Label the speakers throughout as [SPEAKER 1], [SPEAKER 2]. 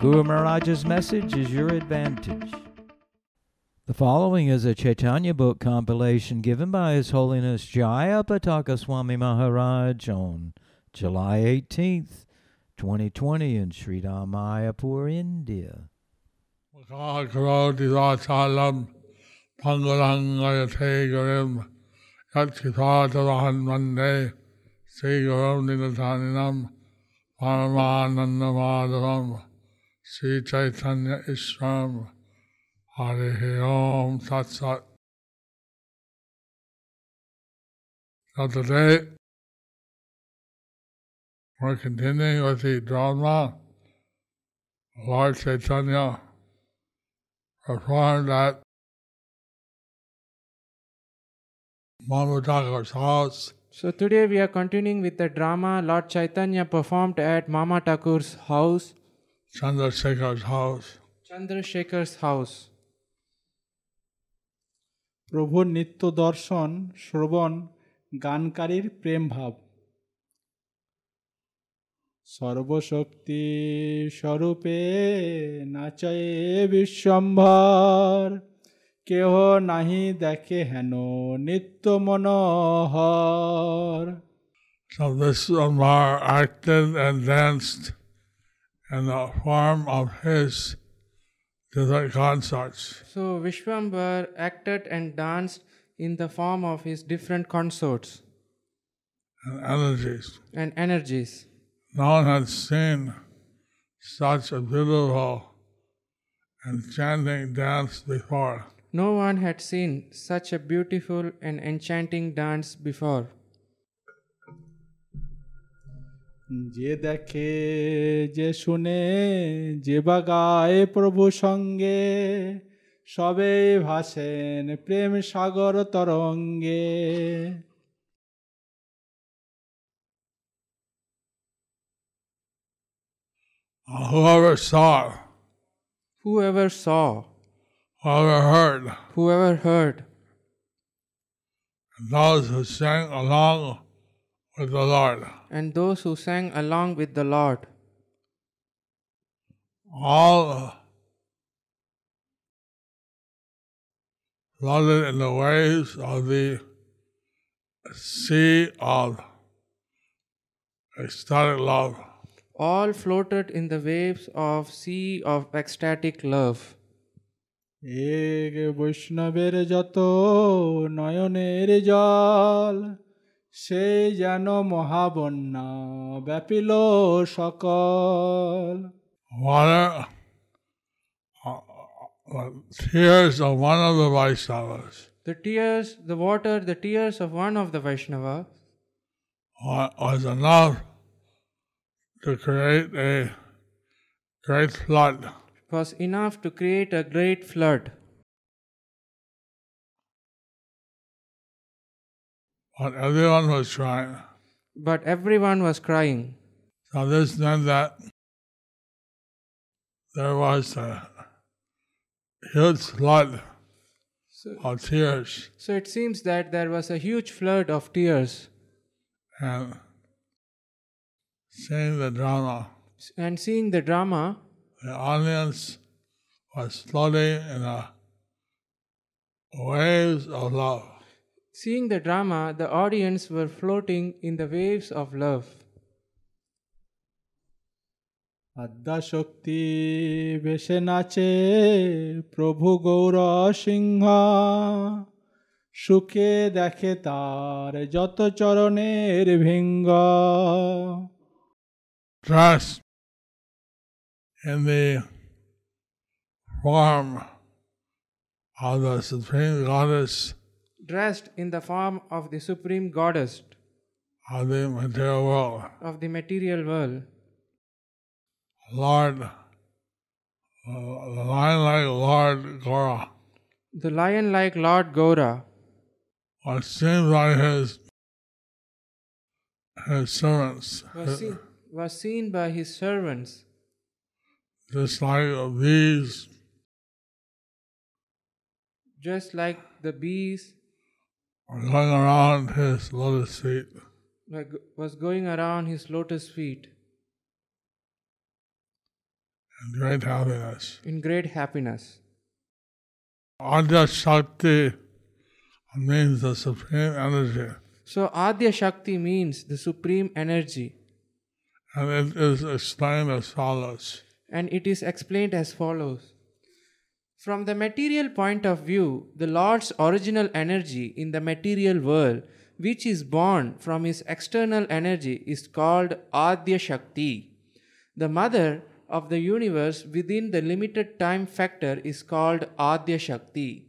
[SPEAKER 1] Guru Maharaj's message is your advantage. The following is a Chaitanya book compilation given by His Holiness Jaya Pataka Swami Maharaj on July 18th, 2020 in Sri Mayapur, India.
[SPEAKER 2] Kakakavati Vachalam Pangarangayate Gurim Yatchitatahan Mande Sri Gurum Nilataninam Paramananda Madhavam Sri Chaitanya Ishram Hare Om Tat Sat. So today we're continuing with the drama Lord Chaitanya performed at Mamutaka's house
[SPEAKER 3] So today we are continuing with the drama Lord Chaitanya performed at Mama Thakur's house,
[SPEAKER 2] Chandrasekhar's house.
[SPEAKER 3] Chandrasekhar's house.
[SPEAKER 4] প্রভুর নিত্য দর্শন শ্রবণ গানকারীর প্রেম ভাব সর্বশক্তি স্বরূপে নাচয়ে বিশ্বম্ভর কেহ নাহি দেখে হেন নিত্য মনোহর
[SPEAKER 2] So Vishwambar acted and danced in the form of his different consorts.
[SPEAKER 3] So Vishwambar acted and danced in the form of his different consorts
[SPEAKER 2] and energies.
[SPEAKER 3] and energies.
[SPEAKER 2] No one had seen such a beautiful enchanting dance before.
[SPEAKER 3] No one had seen such a beautiful and enchanting dance before.
[SPEAKER 4] যে দেখে যে শুনে যে বা গায় প্রভু সঙ্গে সবে ভাসেন প্রেম সাগর তরঙ্গে
[SPEAKER 2] Whoever saw,
[SPEAKER 3] Whoever saw,
[SPEAKER 2] whoever heard,
[SPEAKER 3] whoever heard,
[SPEAKER 2] and those who sang along with the Lord,
[SPEAKER 3] and those who sang along with the Lord,
[SPEAKER 2] all floated in the waves of the sea of ecstatic love.
[SPEAKER 3] all floated in the waves of sea of ecstatic love.
[SPEAKER 4] এক বৈষ্ণবের যত নয়নের জল সে যেন মহাবন্যা ব্যাপিল সকল
[SPEAKER 2] water, uh, uh, tears of one of the Vaishnavas
[SPEAKER 3] The tears, the water, the tears of one of the Vaishnava
[SPEAKER 2] wa- was enough to create a great flood.
[SPEAKER 3] was enough to create a great flood.
[SPEAKER 2] But everyone was trying.
[SPEAKER 3] But everyone was crying.
[SPEAKER 2] So this meant that there was a huge flood
[SPEAKER 3] So,
[SPEAKER 2] of tears,
[SPEAKER 3] so it seems that there was a huge flood of tears.
[SPEAKER 2] and seeing the drama,
[SPEAKER 3] And seeing the drama,
[SPEAKER 2] the audience was floating in the waves of love.
[SPEAKER 3] seeing the drama, the audience were floating in the waves of love.
[SPEAKER 4] Adyashakti বেশে নাচে প্রভু গৌর সিংহ সুখে দেখে তার যত চরণের ভিঙ্গ
[SPEAKER 2] dressed in the form of the Supreme Goddess
[SPEAKER 3] Dressed in the form of the supreme goddess
[SPEAKER 2] of the material world,
[SPEAKER 3] of the material world,
[SPEAKER 2] Lord the lion uh, like Lord Gora.
[SPEAKER 3] The lion like Lord Gaura
[SPEAKER 2] What seems like his his servants,
[SPEAKER 3] was, seen, was seen by his servants
[SPEAKER 2] just like the bees
[SPEAKER 3] just like the bees
[SPEAKER 2] are going around his lotus feet.
[SPEAKER 3] like, was going around his lotus feet
[SPEAKER 2] and great happiness.
[SPEAKER 3] in great happiness.
[SPEAKER 2] Adya Shakti means the supreme energy,
[SPEAKER 3] So Adya Shakti means the supreme energy
[SPEAKER 2] and it is explained as follows.
[SPEAKER 3] and it is explained as follows. From the material point of view, the Lord's original energy in the material world, which is born from his external energy, is called Adya Shakti. The mother of the universe within the limited time factor is called Adya Shakti.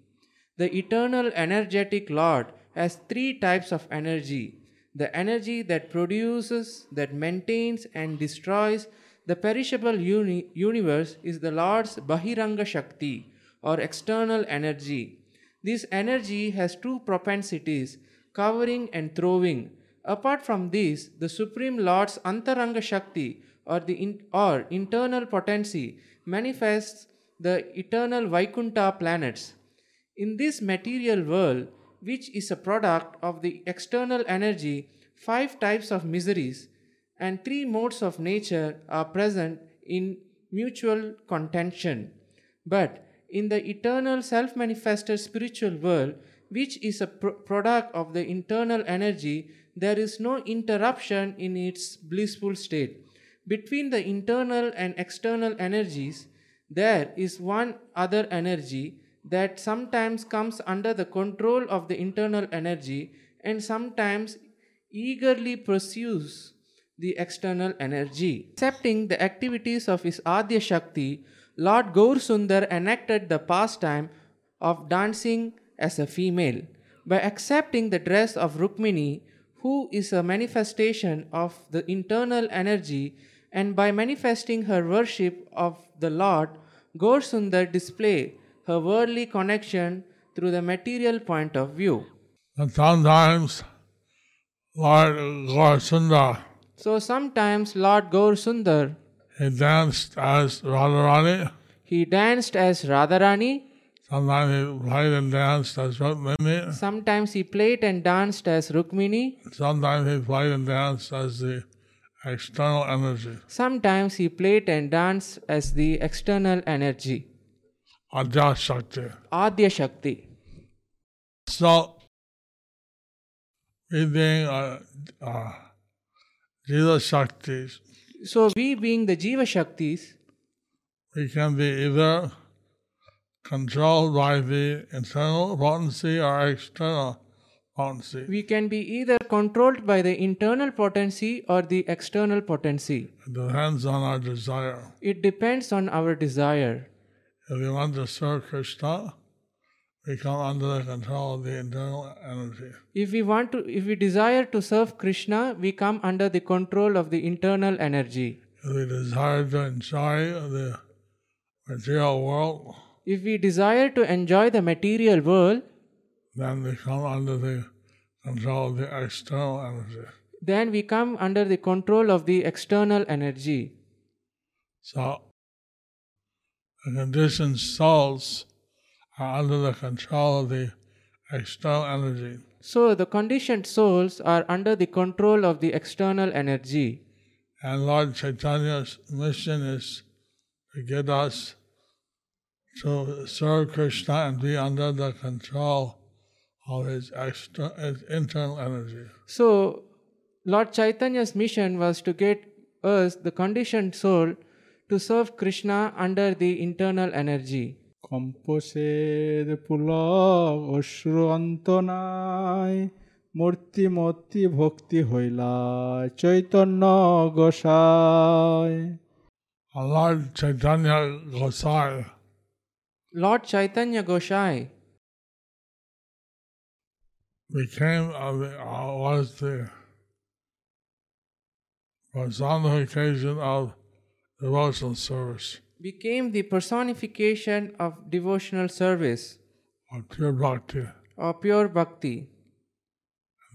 [SPEAKER 3] The eternal energetic Lord has three types of energy the energy that produces, that maintains, and destroys. The perishable uni- universe is the Lord's Bahiranga Shakti or external energy. This energy has two propensities covering and throwing. Apart from these, the Supreme Lord's Antaranga Shakti or the in- or internal potency manifests the eternal Vaikuntha planets. In this material world, which is a product of the external energy, five types of miseries and three modes of nature are present in mutual contention. But in the eternal self manifested spiritual world, which is a pro- product of the internal energy, there is no interruption in its blissful state. Between the internal and external energies, there is one other energy that sometimes comes under the control of the internal energy and sometimes eagerly pursues the external energy. Accepting the activities of his Adya Shakti, Lord Gaur Sundar enacted the pastime of dancing as a female. By accepting the dress of Rukmini, who is a manifestation of the internal energy, and by manifesting her worship of the Lord, Gaur Sundar display her worldly connection through the material point of view.
[SPEAKER 2] And sometimes Lord Gorsunda
[SPEAKER 3] So sometimes Lord Gaur Sundar
[SPEAKER 2] he danced as Radharani,
[SPEAKER 3] He danced as Radharani.
[SPEAKER 2] sometimes he played and danced as Rukmini,
[SPEAKER 3] Sometimes he played and danced as Rukmini.
[SPEAKER 2] sometimes he played and danced as the external energy.
[SPEAKER 3] Sometimes he played and danced as the external energy,
[SPEAKER 2] Adya Shakti.
[SPEAKER 3] Adya Shakti.
[SPEAKER 2] So, reading uh, uh, Jesus Shaktis,
[SPEAKER 3] So, we being the Jiva Shaktis,
[SPEAKER 2] we can be either controlled by the internal potency or external potency.
[SPEAKER 3] we can be either controlled by the internal potency or the external potency.
[SPEAKER 2] It depends on our desire.
[SPEAKER 3] It depends on our desire.
[SPEAKER 2] If we want to serve Krishna, we come under the control of the internal energy.
[SPEAKER 3] If we want to, if we desire to serve Krishna, we come under the control of the internal energy.
[SPEAKER 2] If we desire to enjoy the material world,
[SPEAKER 3] If we desire to enjoy the material world,
[SPEAKER 2] then we come under the control of the external energy.
[SPEAKER 3] then we come under the control of the external energy.
[SPEAKER 2] So the conditioned souls are under the control of the external energy.
[SPEAKER 3] So the conditioned souls are under the control of the external energy.
[SPEAKER 2] And Lord Chaitanya's mission is to get us to serve Krishna and be under the control of his, external, his internal energy.
[SPEAKER 3] So Lord Chaitanya's mission was to get us, the conditioned soul, to serve Krishna under the internal energy.
[SPEAKER 4] কম্পসের Pulak অশ্রু অন্ত নাই মূর্তি মূর্তি ভক্তি হইলা চৈতন্য গোসাই
[SPEAKER 2] And Lord Chaitanya Gosai
[SPEAKER 3] Lord Chaitanya Goshai
[SPEAKER 2] became of the, uh, was the personification of devotional service.
[SPEAKER 3] became the personification of devotional service
[SPEAKER 2] or pure bhakti.
[SPEAKER 3] or pure bhakti,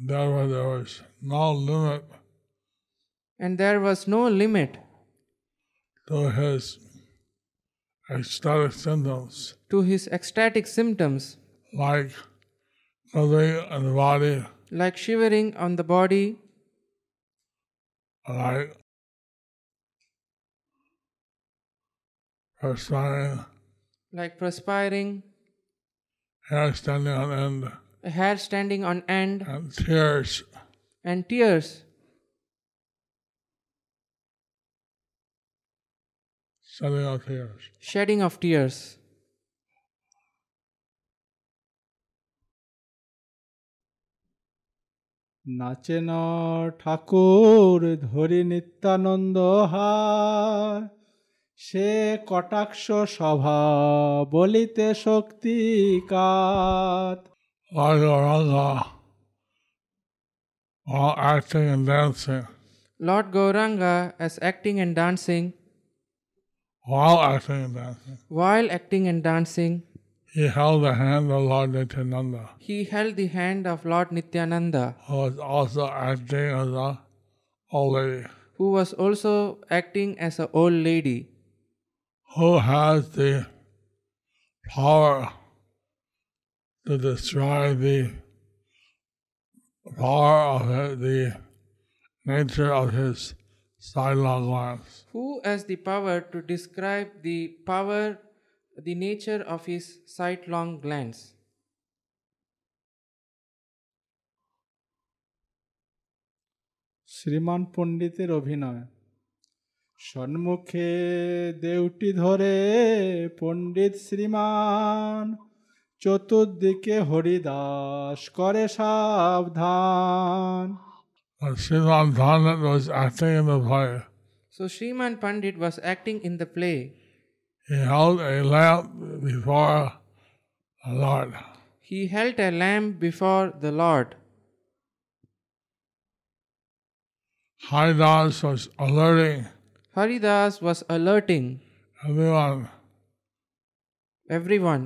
[SPEAKER 2] Therefore, there was no limit
[SPEAKER 3] and there was no limit
[SPEAKER 2] to his ecstatic symptoms,
[SPEAKER 3] to his ecstatic symptoms
[SPEAKER 2] like clothing and the body,
[SPEAKER 3] like shivering on the body,
[SPEAKER 2] like perspiring,
[SPEAKER 3] like perspiring,
[SPEAKER 2] hair standing on end,
[SPEAKER 3] hair standing on end,
[SPEAKER 2] and tears
[SPEAKER 3] and tears,
[SPEAKER 2] standing on tears.
[SPEAKER 3] shedding of tears.
[SPEAKER 4] নাচেন ঠাকুর ধরি নিত্যানন্দ হার সে কটাক্ষ সভা বলিতে শক্তি কাত
[SPEAKER 2] Like Ranga, while acting and dancing,
[SPEAKER 3] Lord Gauranga as acting and dancing,
[SPEAKER 2] while acting and dancing,
[SPEAKER 3] while acting and dancing,
[SPEAKER 2] he held the hand of Lord Nityananda,
[SPEAKER 3] he held the hand of Lord Nityananda,
[SPEAKER 2] who was also acting as a old lady,
[SPEAKER 3] who was also acting as an old lady,
[SPEAKER 2] who has the power to describe the power of the- the nature of his sidelong glance.
[SPEAKER 3] who has the power to describe the power, the nature of his sightlong glance.
[SPEAKER 4] শ্রীমান পণ্ডিতের অভিনয় সম্মুখে দেউটি ধরে পণ্ডিত শ্রীমান চতুর্দিকে হরিদাস করে সাবধান
[SPEAKER 2] But Sriman Pandit was acting in the play.
[SPEAKER 3] So Sriman Pandit was acting in the play.
[SPEAKER 2] He held a lamp before the Lord.
[SPEAKER 3] He held a lamp before the Lord.
[SPEAKER 2] Haridas was alerting
[SPEAKER 3] Haridas was alerting
[SPEAKER 2] everyone
[SPEAKER 3] everyone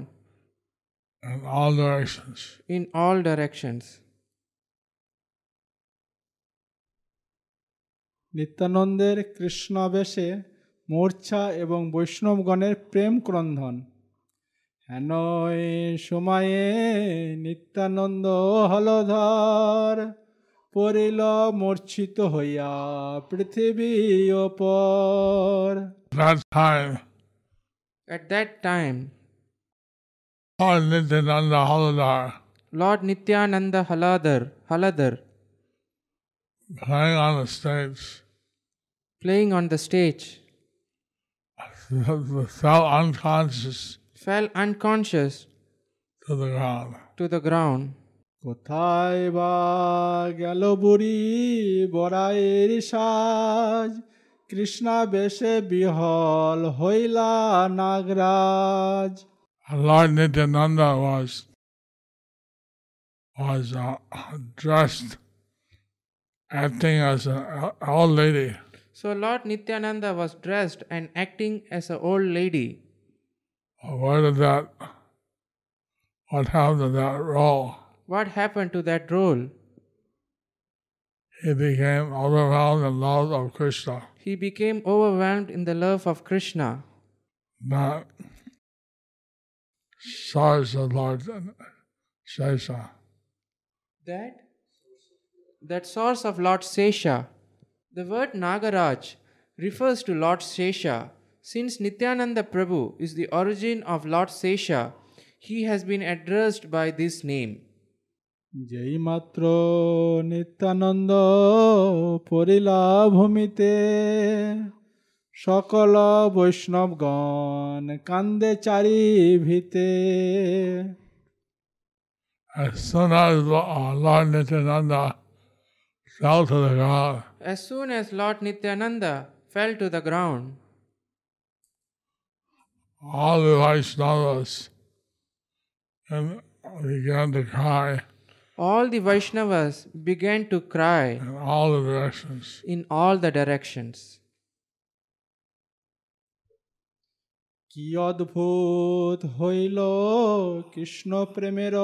[SPEAKER 2] in all directions.
[SPEAKER 3] in all directions.
[SPEAKER 4] নিত্যানন্দের কৃষ্ণাবেশে মূর্ছা এবং বৈষ্ণবগণের প্রেম ক্রন্ধন হেনয় সময়ে নিত্যানন্দ হলধর পড়িল মূর্ছিত হইয়া পৃথিবী ওপর
[SPEAKER 2] That time,
[SPEAKER 3] At that time,
[SPEAKER 2] Lord Nityananda Halidar,
[SPEAKER 3] Lord Nityananda Haladar, Haladar
[SPEAKER 2] playing on the stage,
[SPEAKER 3] playing on the stage,
[SPEAKER 2] fell unconscious
[SPEAKER 3] fell unconscious
[SPEAKER 2] to the ground.
[SPEAKER 3] to the ground.
[SPEAKER 4] কোথায় বা গেল বুড়ি বরায়ের সাজ কৃষ্ণা বেশে বিহল হইলা Nagraj
[SPEAKER 2] And Lord Nityananda was, was uh, dressed, acting as an old lady.
[SPEAKER 3] So Lord Nityananda was dressed and acting as an old lady.
[SPEAKER 2] What did that? What happened to that role?
[SPEAKER 3] What happened to that role?
[SPEAKER 2] He became overwhelmed in love of Krishna.
[SPEAKER 3] He became overwhelmed in the love of Krishna.
[SPEAKER 2] That source of Lord Sesa.
[SPEAKER 3] That? That source of Lord Sesha. The word Nagaraj refers to Lord Sesha. Since Nityananda Prabhu is the origin of Lord Sesha, he has been addressed by this name.
[SPEAKER 4] যেই মাত্র নিত্যানন্দ পড়িলা ভূমিতে সকল বৈষ্ণবগণ কান্দে চারি ভিতে
[SPEAKER 2] As soon as Lo- uh, Lord Nityananda fell to the ground,
[SPEAKER 3] As soon as Lord Nityananda fell to the ground,
[SPEAKER 2] all the Vaishnavas and began to cry
[SPEAKER 3] all the Vaishnavas began to cry
[SPEAKER 2] in all the directions.
[SPEAKER 3] in all the directions.
[SPEAKER 4] কি অদ্ভুত হইল কৃষ্ণ প্রেমের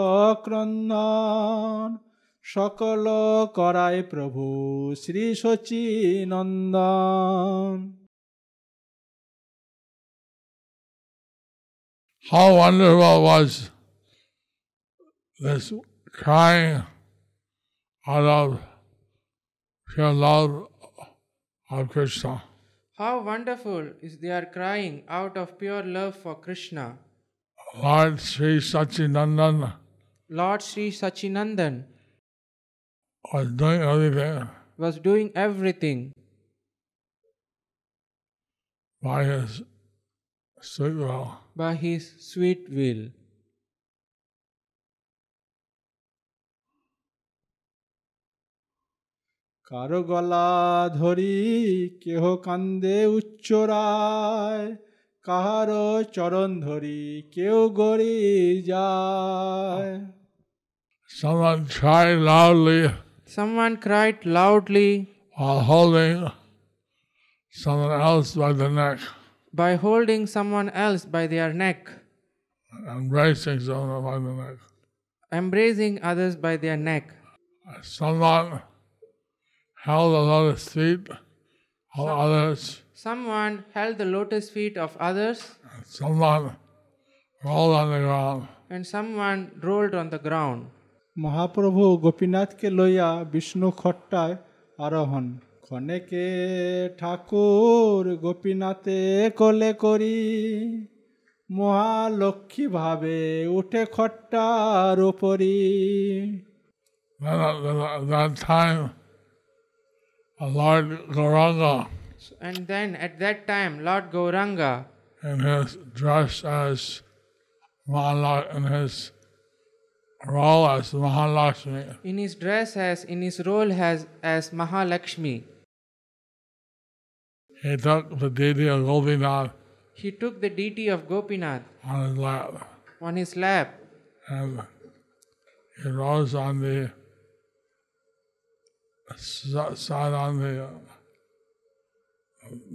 [SPEAKER 4] ক্রন্দন সকল করায় প্রভু Shri Sachinandan
[SPEAKER 2] How wonderful was this crying out of pure love of Krishna.
[SPEAKER 3] How wonderful is their crying out of pure love for Krishna.
[SPEAKER 2] Lord Sri Satchinandan
[SPEAKER 3] Lord Sri Sachinandan
[SPEAKER 2] was doing everything
[SPEAKER 3] was doing everything
[SPEAKER 2] by his sweet will.
[SPEAKER 3] by his sweet will.
[SPEAKER 4] কারো গলা ধরি কেহ কান্দে উচ্চরায় কাহারো চরণ ধরি কেউ গড়ি যায়
[SPEAKER 2] Someone cried loudly
[SPEAKER 3] Someone cried loudly
[SPEAKER 2] while holding someone else by the neck,
[SPEAKER 3] by holding someone else by their neck,
[SPEAKER 2] embracing someone by the neck.
[SPEAKER 3] embracing others by their neck.
[SPEAKER 2] Someone held the lotus feet of others.
[SPEAKER 3] Someone held the lotus feet of others,
[SPEAKER 2] Someone rolled on the ground.
[SPEAKER 3] and someone rolled on the ground.
[SPEAKER 4] Mahaprabhu গোপীনাথকে লইয়া বিষ্ণু খট্টায় আরোহণ ক্ষণেকে ঠাকুর গোপীনাথে কোলে করি মহালক্ষ্মী ভাবে উঠে খট্টার উপরি
[SPEAKER 2] Then at the- at that time, the Lord Gauranga,
[SPEAKER 3] And then at that time, Lord Gauranga,
[SPEAKER 2] in his dress as Mahalakshmi, in his role as Mahalakshmi,
[SPEAKER 3] in his dress as in his role as as Mahalakshmi,
[SPEAKER 2] he took the deity of Gopinath
[SPEAKER 3] he took the deity of Gopinath
[SPEAKER 2] on his lap.
[SPEAKER 3] on his lap
[SPEAKER 2] and he rose Ehm, on the sa- sat on the uh,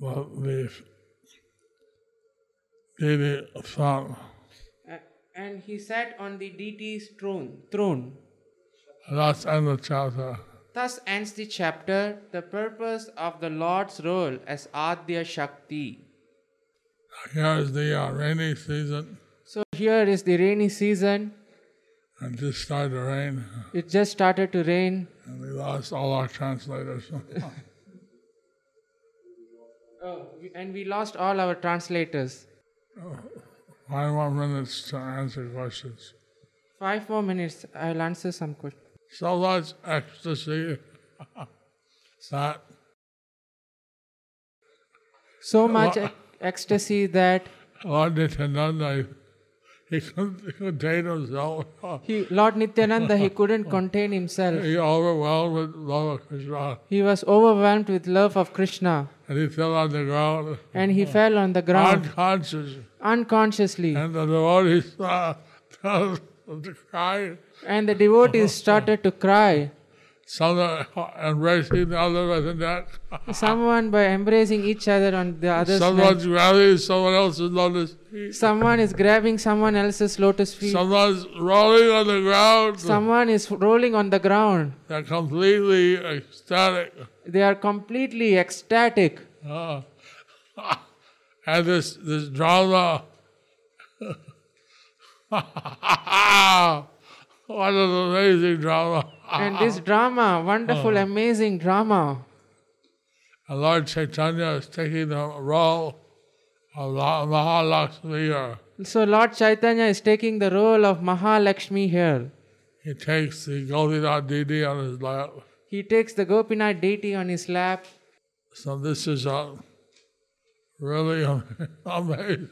[SPEAKER 2] the, the deity throne.
[SPEAKER 3] a- and he sat on the deity's throne. Throne.
[SPEAKER 2] That's end of chapter.
[SPEAKER 3] Thus ends the chapter. The purpose of the Lord's role as Adya Shakti.
[SPEAKER 2] Here is the uh, rainy season.
[SPEAKER 3] So here is the rainy season.
[SPEAKER 2] It just started to rain,
[SPEAKER 3] It just started to rain.
[SPEAKER 2] and we lost all our translators.
[SPEAKER 3] Oh, we- and we lost all our translators.
[SPEAKER 2] Five more minutes to answer questions.
[SPEAKER 3] Five more minutes. I'll answer some questions.
[SPEAKER 2] So much ecstasy that
[SPEAKER 3] So much ec- ecstasy that
[SPEAKER 2] Lord Nityananda, he couldn't contain himself.
[SPEAKER 3] he, Lord Nityananda, he couldn't contain himself.
[SPEAKER 2] He overwhelmed with love of Krishna,
[SPEAKER 3] He was overwhelmed with love of Krishna,
[SPEAKER 2] uh, and he fell on the ground,
[SPEAKER 3] and he fell on the ground
[SPEAKER 2] unconscious.
[SPEAKER 3] unconsciously.
[SPEAKER 2] And the devotees saw to cry,
[SPEAKER 3] And the devotees started to cry.
[SPEAKER 2] some embracing the other with the neck.
[SPEAKER 3] Someone by embracing each other on the other's neck.
[SPEAKER 2] Someone's grabbing someone else's lotus feet.
[SPEAKER 3] Someone is grabbing someone else's lotus feet.
[SPEAKER 2] Someone's rolling on the ground.
[SPEAKER 3] Someone is rolling on the ground.
[SPEAKER 2] They're completely ecstatic.
[SPEAKER 3] They are completely ecstatic.
[SPEAKER 2] Uh, and this this drama. what an amazing drama!
[SPEAKER 3] And this drama, wonderful, amazing drama.
[SPEAKER 2] And Lord Chaitanya is taking the role of La- Mahalakshmi. Here.
[SPEAKER 3] So Lord Chaitanya is taking the role of Mahalakshmi here.
[SPEAKER 2] He takes the Gopinath deity on his lap.
[SPEAKER 3] He takes the Gopinath deity on his lap.
[SPEAKER 2] So this is a really amazing,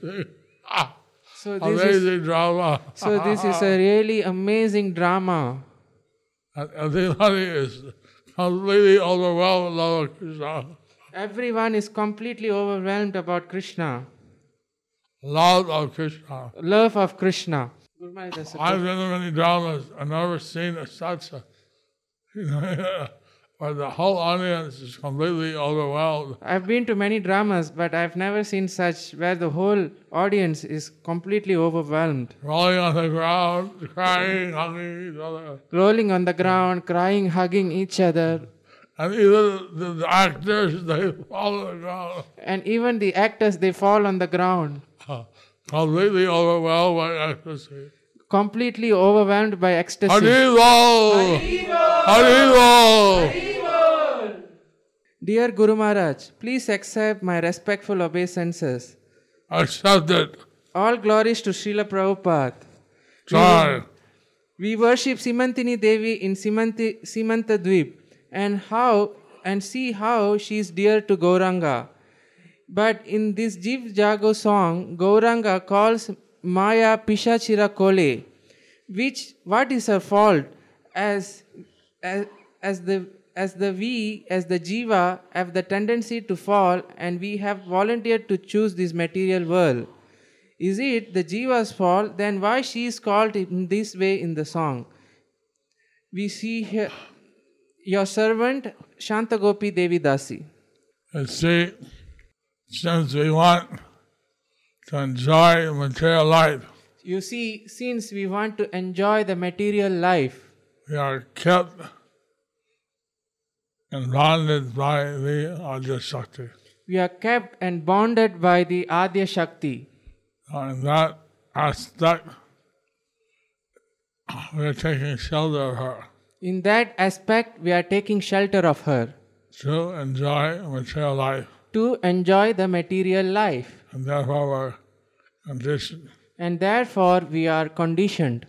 [SPEAKER 3] So this is
[SPEAKER 2] amazing drama.
[SPEAKER 3] so this is a really amazing drama.
[SPEAKER 2] And everybody is completely overwhelmed with love of Krishna.
[SPEAKER 3] Everyone is completely overwhelmed about Krishna,
[SPEAKER 2] Love of Krishna.
[SPEAKER 3] love of Krishna. Gurmaji Dasa-
[SPEAKER 2] I've been to many dramas. I've never seen a such a, you know, where the whole audience is completely overwhelmed
[SPEAKER 3] I've been to many dramas, but I've never seen such where the whole audience is completely overwhelmed,
[SPEAKER 2] rolling on the ground, crying, hugging each other.
[SPEAKER 3] rolling on the ground, crying, hugging each other,
[SPEAKER 2] And even the, the actors, they fall on the ground,
[SPEAKER 3] and even the actors they fall on the ground,
[SPEAKER 2] completely overwhelmed by ecstasy.
[SPEAKER 3] completely overwhelmed by ecstasy.
[SPEAKER 2] Haribo! Haribo!
[SPEAKER 3] Dear Guru Maharaj, please accept my respectful obeisances.
[SPEAKER 2] Accept it.
[SPEAKER 3] All glories to Srila Prabhupada.
[SPEAKER 2] Try.
[SPEAKER 3] We worship Simantini Devi in Simanti, Simanta Dweep and how and see how she is dear to Gauranga. But in this Jeev Jago song, Gauranga calls Maya Pishachira Kole, which what is her fault? As as, as the as the we as the jiva have the tendency to fall and we have volunteered to choose this material world is it the jiva's fault then why she is called in this way in the song we see here your servant shantagopi devidasi
[SPEAKER 2] And see, since we want to enjoy material life,
[SPEAKER 3] you see since we want to enjoy the material life
[SPEAKER 2] we are kept and bonded by the Ajna Shakti.
[SPEAKER 3] we are kept and bonded by the adya shakti
[SPEAKER 2] In that aspect, we are taking shelter of her
[SPEAKER 3] in that aspect we are taking shelter of her
[SPEAKER 2] to enjoy material life,
[SPEAKER 3] to enjoy the material life
[SPEAKER 2] and therefore we're conditioned.
[SPEAKER 3] and therefore we are conditioned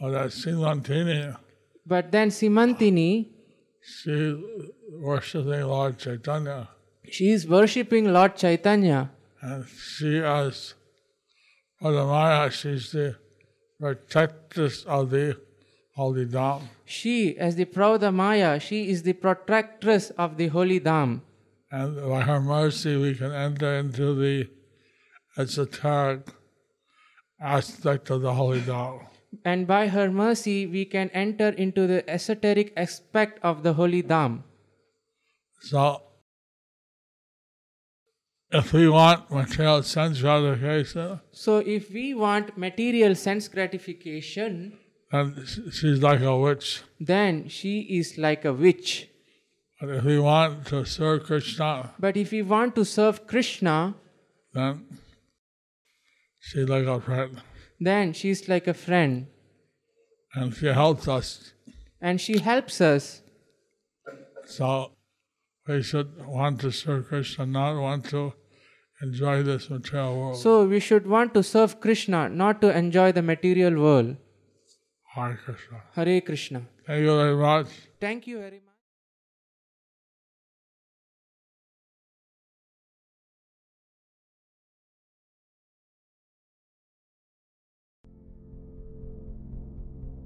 [SPEAKER 2] But that Silantini,
[SPEAKER 3] but then simantini
[SPEAKER 2] she's worshiping Lord Chaitanya,
[SPEAKER 3] she is worshipping lord chaitanya
[SPEAKER 2] and she as Padamaya, she's the protectress of the Holy Dam.
[SPEAKER 3] She, as the Pravda Maya, she is the protectress of the holy Dham.
[SPEAKER 2] And by her mercy, we can enter into the esoteric aspect of the Holy Dao.
[SPEAKER 3] And by her mercy, we can enter into the esoteric aspect of the holy Dham.
[SPEAKER 2] So, if we want material sense gratification,
[SPEAKER 3] So, if we want material sense gratification,
[SPEAKER 2] then sh- she's like a witch.
[SPEAKER 3] then she is like a witch.
[SPEAKER 2] But if we want to serve Krishna,
[SPEAKER 3] But if we want to serve Krishna,
[SPEAKER 2] then she's like a friend.
[SPEAKER 3] then she is like a friend.
[SPEAKER 2] And she helps us.
[SPEAKER 3] And she helps us.
[SPEAKER 2] So, we should want to serve Krishna, not want to enjoy this material world.
[SPEAKER 3] So, we should want to serve Krishna, not to enjoy the material world.
[SPEAKER 2] Hare Krishna.
[SPEAKER 3] Hare Krishna.
[SPEAKER 2] Thank you very much.
[SPEAKER 3] Thank you very much.